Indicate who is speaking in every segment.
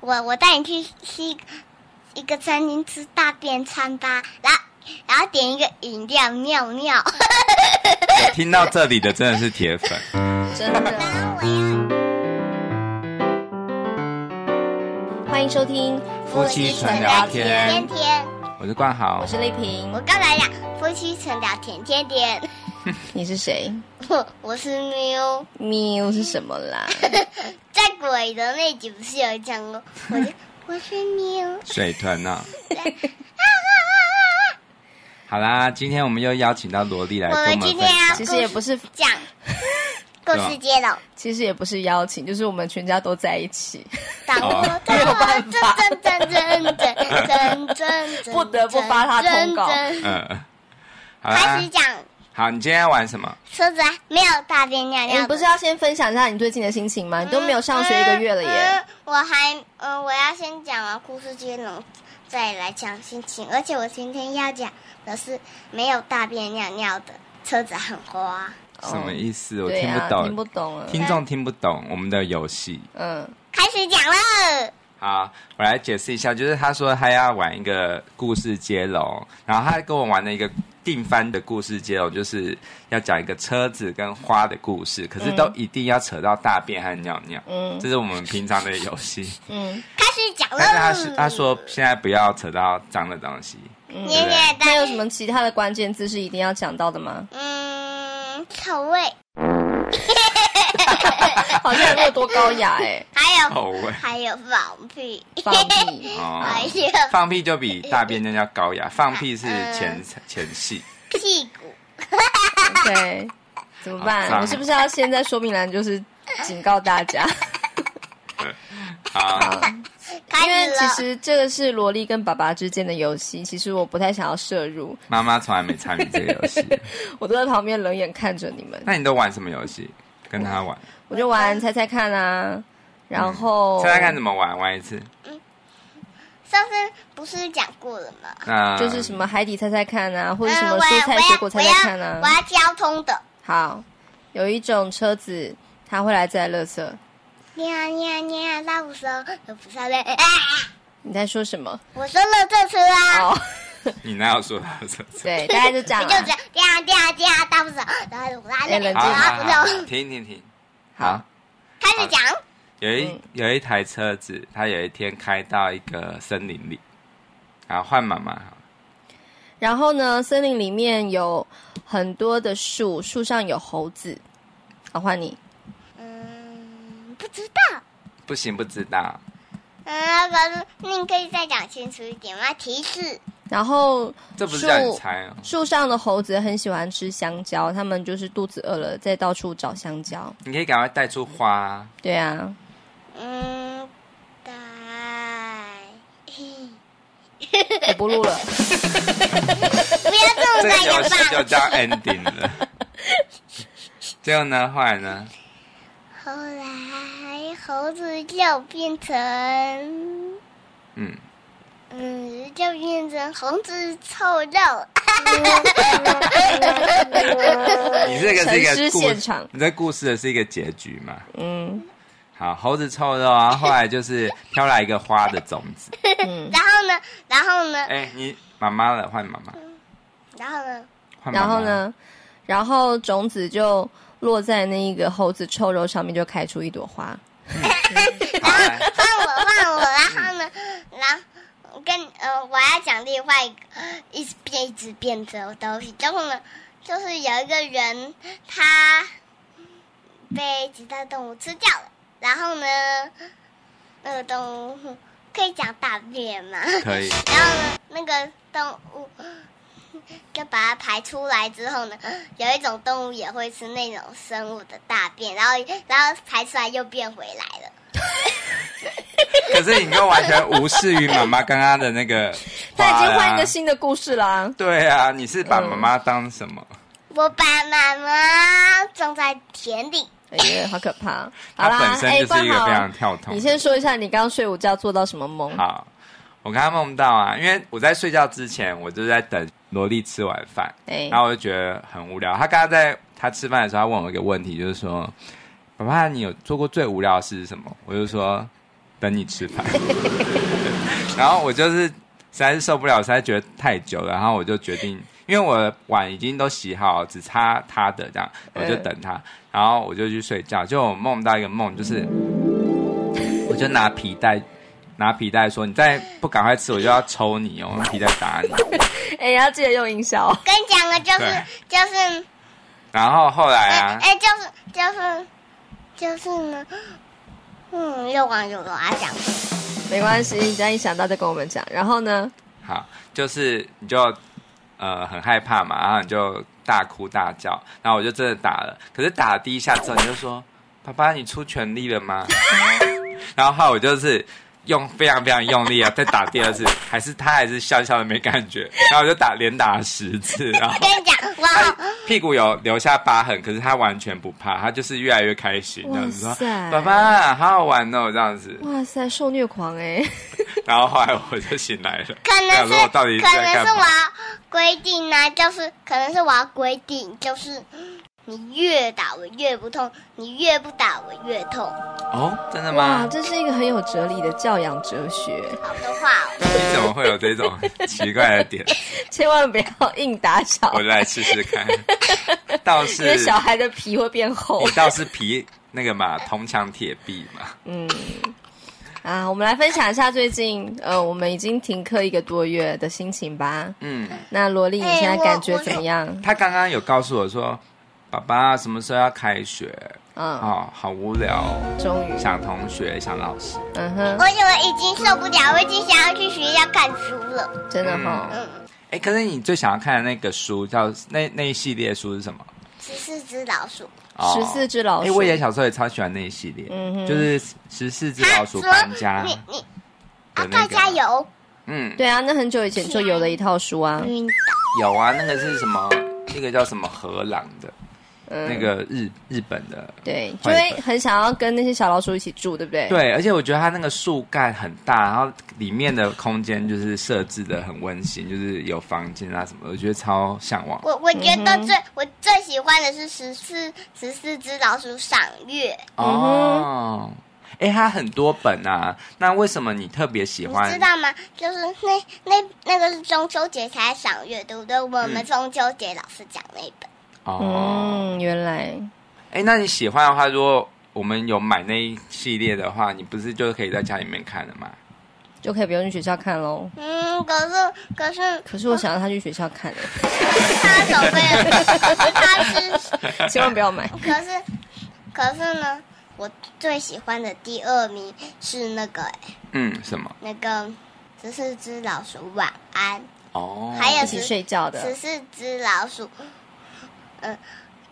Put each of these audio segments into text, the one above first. Speaker 1: 我我带你去吃一一个餐厅吃大便餐吧，然后然后点一个饮料尿尿。
Speaker 2: 有听到这里的真的是铁粉，
Speaker 3: 真的。
Speaker 1: 然后我要。
Speaker 3: 欢迎收听
Speaker 2: 夫妻纯聊天
Speaker 1: 天天，
Speaker 2: 我是冠豪
Speaker 3: 我，是丽萍
Speaker 1: 我。刚才讲夫妻纯聊天天天，
Speaker 3: 你是谁？
Speaker 1: 我是妞。
Speaker 3: 喵是什么啦？
Speaker 1: 在鬼的那集不是有讲过，我就我是妞，
Speaker 2: 水豚呢、好啦，今天我们又邀请到萝莉来
Speaker 1: 我
Speaker 2: 跟我
Speaker 1: 们
Speaker 2: 们
Speaker 1: 今
Speaker 2: 分
Speaker 1: 天要
Speaker 2: 享。
Speaker 3: 其实也不是，
Speaker 1: 讲故
Speaker 2: 对啊
Speaker 1: 事接龙，
Speaker 3: 其实也不是邀请，就是我们全家都在一起，
Speaker 1: 掌握
Speaker 2: 哦
Speaker 1: 掌握
Speaker 3: 办
Speaker 1: 真
Speaker 3: 法
Speaker 1: 真真真真真真真，
Speaker 3: 不得不发他通稿
Speaker 1: 真真
Speaker 2: 嗯，好
Speaker 1: 开
Speaker 2: 啦
Speaker 1: 始，讲
Speaker 2: 好，你今天要玩什么？
Speaker 1: 车子啊，没有大便尿
Speaker 3: 你
Speaker 1: 尿，
Speaker 3: 嗯不是要先分享一下你最近的心情吗？你都没有上学一个月了
Speaker 1: 嗯
Speaker 3: 耶。
Speaker 1: 嗯我还嗯，我要先讲完故事接龙，再来讲心情。而且我今天要讲的是没有大便尿尿的车子很花，
Speaker 3: 哦
Speaker 2: 什么意思？我
Speaker 3: 对
Speaker 2: 听不
Speaker 3: 啊，听不
Speaker 2: 懂，
Speaker 3: 懂啊。
Speaker 2: 听众听不懂我们的游戏。
Speaker 3: 嗯，
Speaker 1: 开始讲了。
Speaker 2: 好，我来解释一下，就是他说他要玩一个故事接龙，然后他跟我玩了一个定番的故事接龙，就是要讲一个车子跟花的故事，可是都一定要扯到大便和尿尿，
Speaker 3: 嗯
Speaker 2: 这是我们平常的游戏。
Speaker 3: 嗯，
Speaker 1: 开始讲了。
Speaker 2: 但是他是他说现在不要扯到脏的东西，
Speaker 1: 捏捏的，？
Speaker 3: 那嗯有什么其他的关键字是一定要讲到的吗
Speaker 1: 嗯，臭味，
Speaker 3: 好像没有多高雅哎，
Speaker 1: 还有、
Speaker 2: 臭味
Speaker 1: 还有放屁，
Speaker 3: 放屁。
Speaker 2: 哦
Speaker 1: 还有
Speaker 2: 放屁就比大便尿尿高雅，放屁是前前戏，
Speaker 1: 屁股，
Speaker 3: 对，怎么
Speaker 2: 好
Speaker 3: 办？
Speaker 2: 脏
Speaker 3: 我是不是要现在说明栏就是警告大家？
Speaker 2: 好，
Speaker 1: 开
Speaker 3: 因为
Speaker 1: 始了。
Speaker 3: 其实这个是萝莉跟爸爸之间的游戏，其实我不太想要摄入，
Speaker 2: 妈妈从来没参与这个游戏，
Speaker 3: 我都在旁边冷眼看着你们。
Speaker 2: 那你都玩什么游戏？跟他玩，
Speaker 3: 我就玩猜猜看啊，然后
Speaker 2: 嗯猜猜看怎么玩，玩一次。
Speaker 1: 上次不是讲过了吗？
Speaker 2: 那
Speaker 3: 就是什么海底猜猜看啊，或者什
Speaker 1: 嗯，
Speaker 3: 么
Speaker 1: 我要
Speaker 3: 蔬菜水果猜猜看啊
Speaker 1: 我要。我要交通的，
Speaker 3: 好，有一种车子，它会来载垃圾。
Speaker 1: 呀呀呀，到时候又不上嘞。啊！
Speaker 3: 你在说什么？
Speaker 1: 我说了这车 啊，
Speaker 3: 哦，
Speaker 2: 你哪有说到这？
Speaker 3: 对，大概就这啊
Speaker 1: 我
Speaker 3: 样
Speaker 1: 就
Speaker 3: 啦
Speaker 1: 这。样呀呀呀，到时候然后我拉嘞，
Speaker 3: 哎冷
Speaker 1: 然
Speaker 3: 静
Speaker 2: 好好
Speaker 1: 后
Speaker 2: 好，
Speaker 1: 不就
Speaker 2: 停停停，好。
Speaker 1: 开始讲。
Speaker 2: 有一、
Speaker 3: 嗯
Speaker 2: 有一台车子，它有一天开到一个森林里，然后换妈妈好了，
Speaker 3: 然后呢，森林里面有很多的树，树上有猴子。好，换你。
Speaker 1: 嗯，不知道。
Speaker 2: 不行，不知道，
Speaker 1: 嗯，可是你可以再讲清楚一点吗？提示。
Speaker 3: 然后
Speaker 2: 这不是
Speaker 3: 树
Speaker 2: 叫你猜哦。
Speaker 3: 树上的猴子很喜欢吃香蕉，它们就是肚子饿了，在到处找香蕉。
Speaker 2: 你可以赶快带出花啊、
Speaker 3: 对啊，
Speaker 1: 嗯， 带。
Speaker 3: 我不录了。
Speaker 1: 不要这
Speaker 2: 这
Speaker 1: 么
Speaker 2: 个
Speaker 1: 大
Speaker 2: 游
Speaker 1: 眼
Speaker 2: 戏就
Speaker 1: 吧。
Speaker 2: 叫 ending 了。 结果呢，后来呢，
Speaker 1: 后来猴子就变成。
Speaker 2: 嗯，
Speaker 1: 嗯，就变成红子臭肉。
Speaker 2: 你这个是一
Speaker 3: 呃
Speaker 2: 个
Speaker 3: 沉思
Speaker 2: 故
Speaker 3: 现场
Speaker 2: 你这故事的是一个结局嘛？
Speaker 3: 嗯
Speaker 2: 好，猴子臭肉啊，后来就是飘来一个花的种 子。
Speaker 3: 嗯，
Speaker 1: 然后呢，然后呢，
Speaker 2: 哎、你妈妈了，换妈妈，
Speaker 1: 然后呢，
Speaker 2: 换妈妈。
Speaker 3: 然后？呢，然后种子就落在那一个猴子臭肉上面，就开出一朵花。
Speaker 2: 好来
Speaker 1: 换我换我，然后呢，然后我跟呃，我要讲另外一个一直变一直变的东西。然后呢，就是有一个人他被其他动物吃掉了，然后呢，那个动物可以讲大便吗？
Speaker 2: 可以。
Speaker 1: 然后呢，那个动物就把它排出来之后呢，有一种动物也会吃那种生物的大便，然后然后排出来又变回来了。
Speaker 2: 可是你又完全无视于妈妈刚刚的那个、 花
Speaker 3: 他已经换一
Speaker 2: 啦
Speaker 3: 个新的故事啦、
Speaker 2: 对啊，你是把妈妈当什么？
Speaker 3: 嗯
Speaker 1: 我把妈妈种在田里，
Speaker 3: 哎呀，好可怕！
Speaker 2: 她
Speaker 3: 好啦，
Speaker 2: 本身就是一个非
Speaker 3: 哎
Speaker 2: 常跳
Speaker 3: 冠豪
Speaker 2: 动。
Speaker 3: 你先说一下你刚刚睡午觉做到什么梦？
Speaker 2: 好，我刚刚梦到啊，因为我在睡觉之前，我就在等萝莉吃完饭，
Speaker 3: 哎
Speaker 2: 然，后我就觉得很无聊。她刚刚在她吃饭的时候，她问我一个问题，就是说：“爸爸，你有做过最无聊的事是什么？”我就说：“等你 吃饭。然后我就是实在是受不了，实在觉得太久了，然后我就决定，因为我的碗已经都洗好，只差他的这样，我就等
Speaker 1: 嗯
Speaker 2: 他，然后我就去睡觉。就我梦到一个梦，就是我就拿皮带。拿皮带说：“你再不赶快吃，我就要抽你哦！用皮带打你。”
Speaker 3: 哎、要记得用音效哦。
Speaker 1: 跟你讲了，就是
Speaker 2: 对
Speaker 1: 就是，
Speaker 2: 然后后来
Speaker 1: 哎
Speaker 2: 啊，
Speaker 1: 哎，就是就是就是呢，嗯，又忘记我要讲什么。
Speaker 3: 没关系，你只要一想到再跟我们讲。然后呢，
Speaker 2: 好，就是你就呃很害怕嘛，然后你就大哭大叫，然后我就真的打了，可是打了第一下之后，你就说：“爸爸，你出全力了吗？” 然后后来我就是用非常非常用力啊，再打第二次，还是他还是笑笑的没感觉，然后我就打连打了十次，然后
Speaker 1: 跟你讲，我好
Speaker 2: 屁股有留下疤痕，可是他完全不怕，他就是越来越开心，这样子
Speaker 3: 哇
Speaker 2: 说
Speaker 3: 塞：“
Speaker 2: 爸爸，好好玩哦，这样子。”
Speaker 3: 哇塞，受虐狂哎、
Speaker 2: 然后后来我就醒来了，
Speaker 1: 可能
Speaker 2: 想
Speaker 1: 是
Speaker 2: 说我到底
Speaker 1: 可
Speaker 2: 在
Speaker 1: 能
Speaker 2: 干
Speaker 1: 是我
Speaker 2: 嘛？
Speaker 1: 要规定呢、就是可能是我要规定，就是你越打我越不痛，你越不打我越痛。
Speaker 2: 哦，真的
Speaker 3: 哇，
Speaker 2: 吗？
Speaker 3: 啊这是一个很有哲理的教养哲学，
Speaker 1: 好多话哦，
Speaker 2: 你怎么会有这种 奇怪的点？
Speaker 3: 千万不要硬打小
Speaker 2: 我
Speaker 3: 孩，
Speaker 2: 来试试 看。倒
Speaker 3: 因
Speaker 2: 是
Speaker 3: 为小孩的皮会变厚
Speaker 2: 你倒是皮那个嘛，铜墙铁壁嘛。
Speaker 3: 啊。我们来分享一下最近呃，我们已经停课一个多月的心情吧。
Speaker 2: 嗯，
Speaker 3: 那萝莉，你现在
Speaker 1: 哎我
Speaker 3: 感觉
Speaker 1: 我
Speaker 3: 怎么样？
Speaker 2: 他刚刚有告诉我说，爸爸什么时候要开学？
Speaker 3: 嗯，
Speaker 2: 哦，好无聊哦、
Speaker 3: 终于，
Speaker 2: 想同学，想老师。
Speaker 3: 嗯哼，
Speaker 1: 而且我已经受不了，我已经想要去学校看书了。
Speaker 3: 真的哈、
Speaker 1: 嗯，
Speaker 2: 哎，可是你最想要看的那个书叫那那一系列书是什么？
Speaker 1: 十四只老鼠，
Speaker 2: 哦
Speaker 3: 十四只老
Speaker 2: 哎、
Speaker 3: 鼠
Speaker 2: 我以前小时候也超喜欢那一系列，
Speaker 3: 嗯哼
Speaker 2: 就是十四只
Speaker 1: 他
Speaker 2: 老鼠
Speaker 1: 说
Speaker 2: 搬家
Speaker 1: 你你
Speaker 2: 的
Speaker 1: 啊，
Speaker 2: 那
Speaker 1: 大
Speaker 2: 个，
Speaker 1: 家有
Speaker 2: 嗯，
Speaker 3: 对啊，那很久以前就有的一套书啊，
Speaker 1: 晕
Speaker 2: 有啊，那个是什么？那个叫什么荷兰的，
Speaker 1: 呃
Speaker 3: 嗯，
Speaker 2: 那个日日本的，
Speaker 3: 对，就
Speaker 2: 换一
Speaker 3: 会
Speaker 2: 本
Speaker 3: 很想要跟那些小老鼠一起住，对不对？，
Speaker 2: 对，而且我觉得它那个树干很大，然后里面的空间就是设置的很温馨，就是有房间啊什么的，我觉得超向往。
Speaker 1: 我我觉
Speaker 2: 嗯
Speaker 1: 得最、我最喜欢的是十四十四只老鼠赏月，
Speaker 2: 哦，哎、它很多本啊，那为什么你特别喜
Speaker 1: 你
Speaker 2: 欢？
Speaker 1: 知道吗？就是那那那个是中秋节才赏月，对不对？我们
Speaker 2: 嗯
Speaker 1: 中秋节老师讲那一本，
Speaker 2: 哦，
Speaker 3: 嗯，原来
Speaker 2: 哎、那你喜欢的话，如果我们有买那一系列的话，你不是就可以在家里面看了吗？
Speaker 3: 就可以不用去学校看喽。
Speaker 1: 嗯，可是可是
Speaker 3: 可是我想让他去学校看，
Speaker 1: 他手背，他是
Speaker 3: 千万不要买。
Speaker 1: 可是可是呢，我最喜欢的第二名是那个
Speaker 2: 嗯，什么？
Speaker 1: 那个十四只老鼠晚安，
Speaker 2: 哦，
Speaker 1: 还有
Speaker 3: 一起睡觉的
Speaker 1: 十四只老鼠，嗯、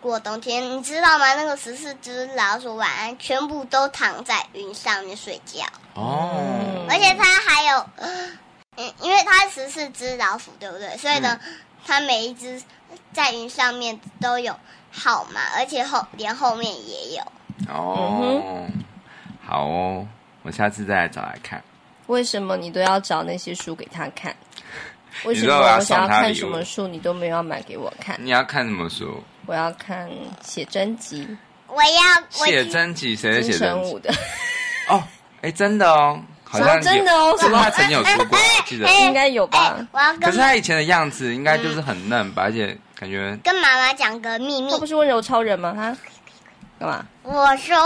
Speaker 1: 过冬天，你知道吗？那个十四只老鼠晚安全部都躺在云上面睡觉。
Speaker 2: 嗯哦，
Speaker 1: 而且它还有，嗯，因为它十四只老鼠，对不对？所以呢，
Speaker 2: 嗯
Speaker 1: 它每一只在云上面都有号码，而且后连后面也有。
Speaker 2: 哦，好哦，我下次再来找来看。
Speaker 3: 为什么你都要找那些书给他 看？为什
Speaker 2: 知
Speaker 3: 么
Speaker 2: 道我要
Speaker 3: 我想要
Speaker 2: 送他
Speaker 3: 看
Speaker 2: 礼物
Speaker 3: 什么书，你都没有要买给我看？
Speaker 2: 你要看什么书？
Speaker 3: 我要看写真集，
Speaker 1: 我要我
Speaker 2: 写真集？谁的
Speaker 3: 金
Speaker 2: 写
Speaker 3: 城
Speaker 2: 真集
Speaker 3: 武？ 的，
Speaker 2: 哦，哎，真的哦，好像有
Speaker 3: 真的哦
Speaker 2: 是不是
Speaker 3: 什么
Speaker 2: 他曾经有出过？我记得。
Speaker 1: 哎
Speaker 3: 应该有
Speaker 1: 哎、
Speaker 3: 吧？
Speaker 1: 我要
Speaker 2: 可
Speaker 1: 跟
Speaker 2: 是他以前的样子应该就是很嫩吧，而且感觉
Speaker 1: 跟妈妈讲个秘密
Speaker 3: 他不。是温柔超人吗？他干嘛？
Speaker 1: 我说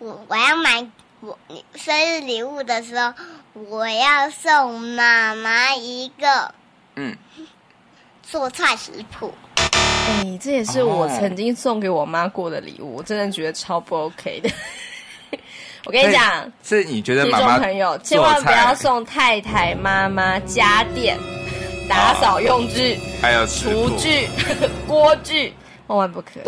Speaker 1: 我我要买我你生日礼物的时候，我要送妈妈一个
Speaker 2: 嗯，
Speaker 1: 做菜食谱。
Speaker 3: 哎，这也是我
Speaker 2: 哦
Speaker 3: 曾经送给我妈过的礼物，我真的觉得超不 OK 的。 我跟你讲，
Speaker 2: 是你觉得哎
Speaker 3: 听
Speaker 2: 妈
Speaker 3: 众
Speaker 2: 妈
Speaker 3: 朋友，千
Speaker 2: 做
Speaker 3: 万不要
Speaker 2: 菜
Speaker 3: 送太太、妈妈家电、打扫用具、
Speaker 2: 还有食
Speaker 3: 厨
Speaker 2: 谱
Speaker 3: 具、锅具，万万不可。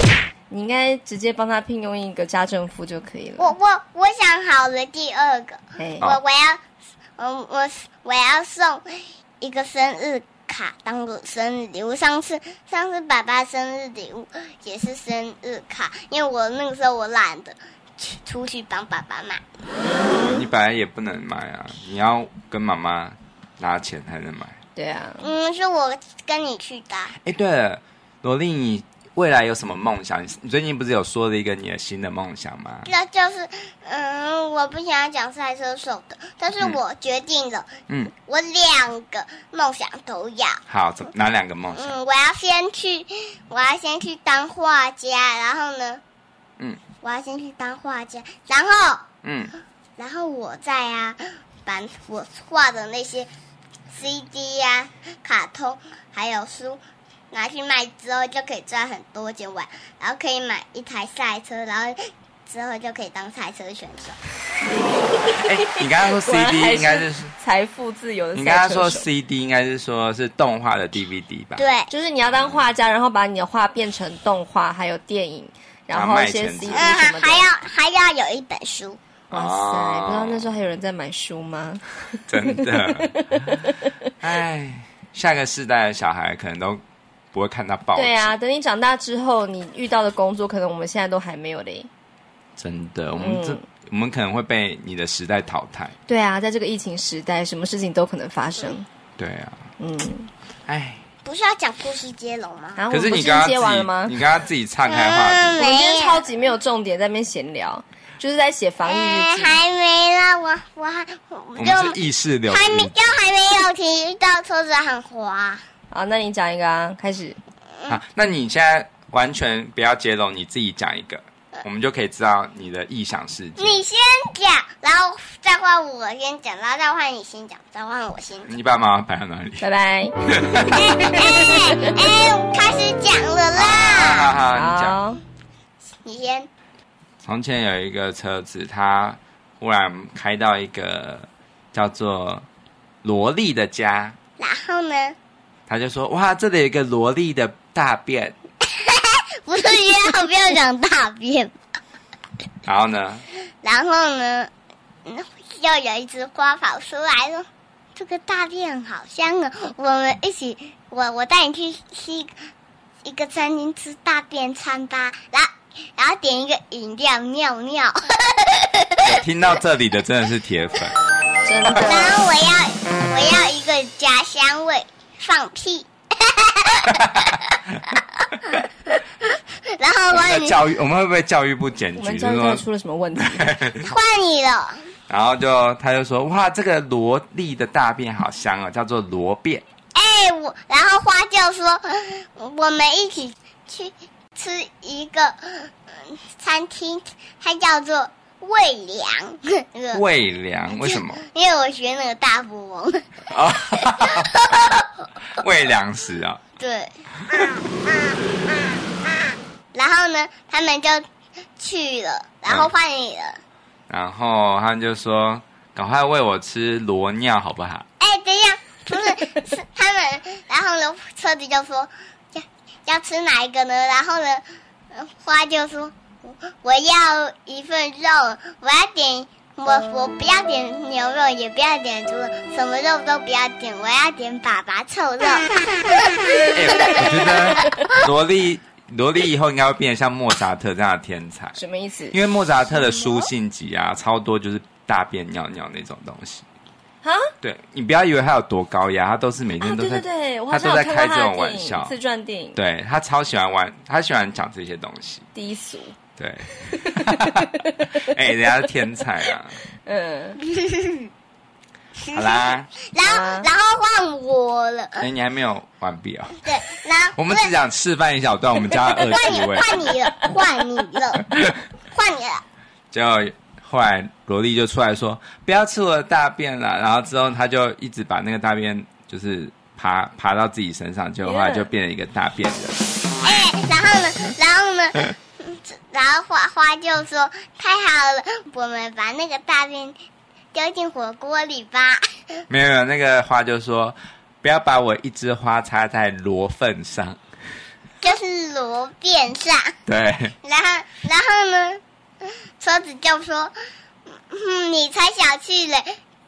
Speaker 3: 你应该直接帮他聘用一个家政妇就可以
Speaker 1: 我
Speaker 3: 了。
Speaker 1: 我我想好了第二个。
Speaker 3: 哎，
Speaker 1: 我我要，嗯，我我要送一个生日卡当做生日礼物。上次上次爸爸生日礼物也是生日卡，因为我那个时候我懒得去出去帮爸爸买。
Speaker 2: 你本来也不能买啊，你要跟妈妈拿钱才能买。
Speaker 3: 对啊，
Speaker 1: 嗯，是我跟你去的。
Speaker 2: 哎，对了，萝莉，你未来有什么梦想？你你最近不是有说了一个你的新的梦想吗？
Speaker 1: 那就是，嗯，我不想要讲赛车手的，但是
Speaker 2: 嗯
Speaker 1: 我决定了，
Speaker 2: 嗯，
Speaker 1: 我两个梦想都要。
Speaker 2: 好，怎么哪两个梦想？
Speaker 1: 嗯，我要先去，我要先去当画家，然后呢，
Speaker 2: 嗯，
Speaker 1: 我要先去当画家，然后，
Speaker 2: 嗯，
Speaker 1: 然后我再啊，把我画的那些 CD 呀、卡通还有书拿去卖之后，就可以赚很多钱玩，然后可以买一台赛车，然后之后就可以当赛车选手。
Speaker 2: 哎、你刚刚说
Speaker 3: 果然
Speaker 2: CD
Speaker 3: 还
Speaker 2: 应该是，
Speaker 3: 财富自由的
Speaker 2: 你
Speaker 3: 赛车
Speaker 2: 刚
Speaker 3: 手。
Speaker 2: 刚说 CD 应该是说是动画的 DVD 吧？
Speaker 1: 对，
Speaker 3: 就是你要当画家，然后把你的画变成动画，还有电影，然后一些
Speaker 2: 然后卖钱
Speaker 3: CD
Speaker 2: 之
Speaker 1: 嗯，
Speaker 3: 什么的。
Speaker 1: 还要还要有一本书。
Speaker 3: 哇
Speaker 2: 哦
Speaker 3: 塞，不知道那时候还有人在买书吗？
Speaker 2: 真的。 哎，下个世代的小孩可能都不会看到报纸，
Speaker 3: 对啊，等你长大之后，你遇到的工作，可能我们现在都还没有嘞。
Speaker 2: 真的，我们这、
Speaker 3: 嗯
Speaker 2: 我们可能会被你的时代淘汰。
Speaker 3: 对啊，在这个疫情时代，什么事情都可能发生。
Speaker 2: 对啊，
Speaker 3: 嗯，
Speaker 2: 哎，
Speaker 1: 不是要讲故事接龙吗？
Speaker 3: 然后
Speaker 2: 可
Speaker 3: 我
Speaker 2: 是
Speaker 3: 们不
Speaker 2: 你
Speaker 3: 是
Speaker 2: 刚刚自
Speaker 3: 接完了吗
Speaker 2: 己，？你刚刚自己岔开话 题，
Speaker 3: 我们今天超级没有重点，在那边闲聊，就是在写防疫
Speaker 1: 哎，
Speaker 3: 啊日记。
Speaker 1: 还没啦，我我还我
Speaker 2: 我
Speaker 1: 就
Speaker 2: 们是意识流
Speaker 1: 还没
Speaker 2: 入
Speaker 1: 就还没有提到车子很滑，
Speaker 3: 好，那你讲一个啊，开始。
Speaker 2: 啊。那你现在完全不要接龙，你自己讲一个，我们就可以知道你的臆想世界。
Speaker 1: 你先讲，然后再换我先讲，然后再换你先讲，再换我 先讲。
Speaker 2: 你爸妈摆到哪里？
Speaker 3: 拜拜。
Speaker 1: 哎哎哎，我开始讲了啦，
Speaker 2: 啊哈哈，你讲。
Speaker 3: 好，
Speaker 1: 你先。
Speaker 2: 从前有一个车子，它忽然开到一个叫做萝莉的家，
Speaker 1: 然后呢？
Speaker 2: 他就说：“哇，这里有一个萝莉的大便。
Speaker 1: 不是要不要讲大便？”
Speaker 2: 然后 呢，
Speaker 1: 然后呢？嗯，又有一只花跑出来了。这个大便好香啊！我们一起，我我带你去吃一个一个餐厅吃大便餐吧。然后然后点一个饮料尿尿。
Speaker 2: 有听到这里的真的是铁粉，
Speaker 3: 真的。
Speaker 1: 然后我要我要一个家乡味，放屁。 然后
Speaker 2: 我
Speaker 1: 我
Speaker 2: 们在
Speaker 1: 你
Speaker 2: 教育，我们会不会教育部检
Speaker 3: 我
Speaker 2: 举？
Speaker 3: 们
Speaker 2: 就
Speaker 3: 教育到底
Speaker 2: 是
Speaker 3: 出
Speaker 2: 说，
Speaker 3: 了什么问题？
Speaker 1: 换你了，
Speaker 2: 然后就他就说：“哇，这个萝莉的大便好香哦，叫做萝便。
Speaker 1: 哎我，然后花就说我们一起去吃一个、嗯餐厅，它叫做味粮。
Speaker 3: 呃
Speaker 2: 味粮为什 么？
Speaker 1: 因为我学那个大富翁，
Speaker 2: 哦，喂粮食啊、
Speaker 1: 对。然后呢，他们就去了，然后
Speaker 2: 嗯
Speaker 1: 换你了。
Speaker 2: 然后他们就说：“赶快喂我吃罗尿好不好
Speaker 1: 哎，等一下，不是是他们，然后呢，车子就说要要吃哪一个呢？然后呢，呃花就说我我要一份肉，我要点我
Speaker 2: 嗯
Speaker 1: 我不要点牛肉，也不要点猪肉，什么肉都不要点，我要点粑粑臭肉。
Speaker 2: 哎我觉得萝莉萝莉以后应该会变得像莫扎特这样的天才，
Speaker 3: 什么意思？
Speaker 2: 因为莫扎特的书信集啊，超多就是大便尿尿那种东西。
Speaker 3: 啊？
Speaker 2: 对你不要以为他有多高压，他都是每
Speaker 3: 啊，
Speaker 2: 天都
Speaker 3: 对
Speaker 2: 在，
Speaker 3: 对对，我好
Speaker 2: 他
Speaker 3: 像
Speaker 2: 都
Speaker 3: 有
Speaker 2: 在
Speaker 3: 看
Speaker 2: 开这
Speaker 3: 过他
Speaker 2: 种
Speaker 3: 的
Speaker 2: 玩
Speaker 3: 电
Speaker 2: 笑
Speaker 3: 影，自传电影
Speaker 2: 对他超喜欢玩，他喜欢讲这些东西。
Speaker 3: 低俗。
Speaker 2: 对，哎、人家是天才啊！
Speaker 3: 嗯，
Speaker 2: 好啦，
Speaker 1: 然后
Speaker 3: 啊
Speaker 1: 然后换我了，
Speaker 2: 哎、你还没有完毕哦。
Speaker 1: 对，然后
Speaker 2: 我们只想示范一小段我们家的二
Speaker 1: 换你
Speaker 2: 十位。
Speaker 1: 换你了，换你了，换你了。
Speaker 2: 结果后来萝莉就出来说：“不要吃我的大便啦！”然后之后他就一直把那个大便就是爬爬到自己身上，结果后来
Speaker 3: Yeah
Speaker 2: 就变成一个大便人。
Speaker 1: 哎， 然后呢，然后呢， 然后花花就说：“太好了，我们把那个大便丢进火锅里吧。
Speaker 2: 没有没有，那个花就说：“不要把我一枝花插在螺粪上。””
Speaker 1: 就是罗便上。
Speaker 2: 对，
Speaker 1: 然后，然后呢，车子就说：“嗯，你才小气嘞，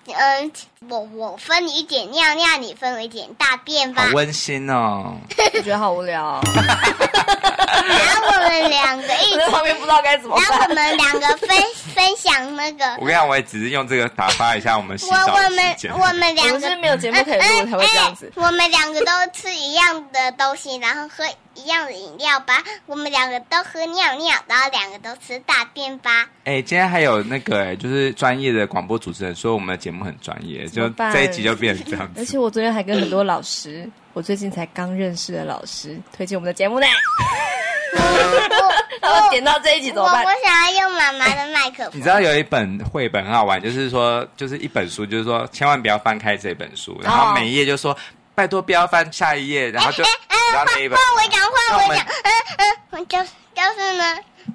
Speaker 1: 嗯、我我分你一点尿尿，你分我一点大便吧
Speaker 2: 好。温馨哦。
Speaker 3: 我觉得好无聊哦，
Speaker 1: 然后我们两个一起，
Speaker 3: 我在 旁边不知道该怎么
Speaker 1: 然后
Speaker 3: 办
Speaker 1: 我。们两个分分享那个，
Speaker 2: 我跟你讲，我也只是用这个打发一下我们洗
Speaker 1: 我
Speaker 2: 澡
Speaker 1: 我
Speaker 2: 的
Speaker 1: 们
Speaker 2: 时间。
Speaker 1: 我们
Speaker 3: 我
Speaker 1: 两
Speaker 3: 们
Speaker 1: 个
Speaker 3: 是没有节目可以录才会这样子
Speaker 1: 嗯。哎嗯哎我们两个都吃一样的东西，然后喝一样的饮料吧。我们两个都喝尿尿，然后两个都吃大便 吧。
Speaker 2: 哎、今天还有那个哎、就是专业的广播主持人说我们的节目很专业，
Speaker 3: 怎
Speaker 2: 就
Speaker 3: 么办
Speaker 2: 这一集就变成这样
Speaker 1: 哎
Speaker 3: 而
Speaker 2: 子。
Speaker 3: 且我昨天还跟很多老师，我最近才刚认识的老师推荐我们的节目呢， 他们点到这一集怎
Speaker 1: 我
Speaker 3: 么办
Speaker 1: 哦我？想要用妈妈的麦克
Speaker 2: 你
Speaker 1: 风
Speaker 2: 知。道有一本绘本很好玩，就是说，就是一本书，就是说千万不要翻开这本书，然后每一页就说拜托不要翻下一页，然后就
Speaker 1: 哦哎哎
Speaker 2: 然
Speaker 1: 换换
Speaker 2: 后那一本。
Speaker 1: 我讲，换
Speaker 2: 那我
Speaker 1: 我
Speaker 2: 们
Speaker 1: 讲，嗯嗯，我就就是呢，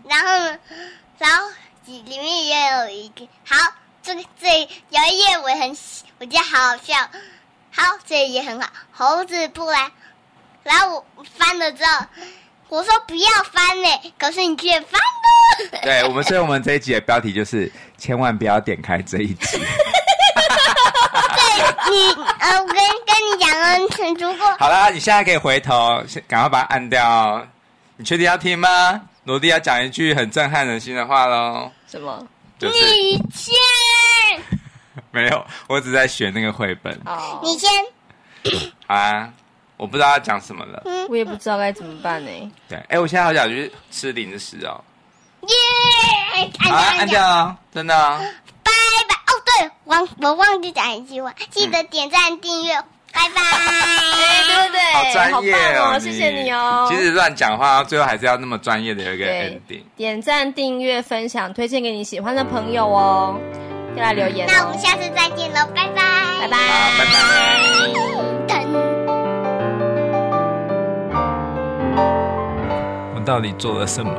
Speaker 1: 然后呢，然后里面也有一个好，这个这有一页我很喜我觉得好好笑，好这一页很好，猴子不来，然后我翻了之后，我说不要翻呢、可是你却翻了，
Speaker 2: 对，我们所以我们这一集的标题就是千万不要点开这一 集。
Speaker 1: 你呃，我跟跟你讲哦，如果
Speaker 2: 好啦，你现在可以回头，先赶快把它按掉哦。你确定要听吗？罗蒂要讲一句很震撼人心的话喽，
Speaker 3: 什么？
Speaker 2: 就是
Speaker 1: 你先，
Speaker 2: 没有，我只在学那个绘本
Speaker 3: 哦，
Speaker 1: 你先，
Speaker 2: 好啊，我不知道要讲什么了。
Speaker 1: 嗯，
Speaker 3: 我也不知道该怎么办呢、欸
Speaker 2: 对，哎、我现在好想去吃零食哦。
Speaker 1: 耶，按
Speaker 2: 好
Speaker 1: 照
Speaker 2: 啊，
Speaker 1: 按
Speaker 2: 按
Speaker 1: 照
Speaker 2: 掉。哦，真的哦。
Speaker 1: 拜拜。哦，对，忘我忘记讲一句话，记得点赞订阅，拜
Speaker 3: 哎、
Speaker 1: 拜。
Speaker 3: 对不对？
Speaker 2: 好专业
Speaker 3: 好棒
Speaker 2: 哦
Speaker 3: 哦！，谢谢你哦。
Speaker 2: 即使乱讲话，最后还是要那么专业的有一个
Speaker 3: 对
Speaker 2: ending。，
Speaker 3: 点赞、订阅、分享、推荐给你喜欢的朋友哦，
Speaker 2: 嗯
Speaker 3: 要来留言
Speaker 1: 那我
Speaker 3: 哦
Speaker 1: 们。下次再见喽，拜拜，
Speaker 3: 拜拜
Speaker 2: 好，拜拜。
Speaker 1: 噔。
Speaker 2: 我到底做了什么？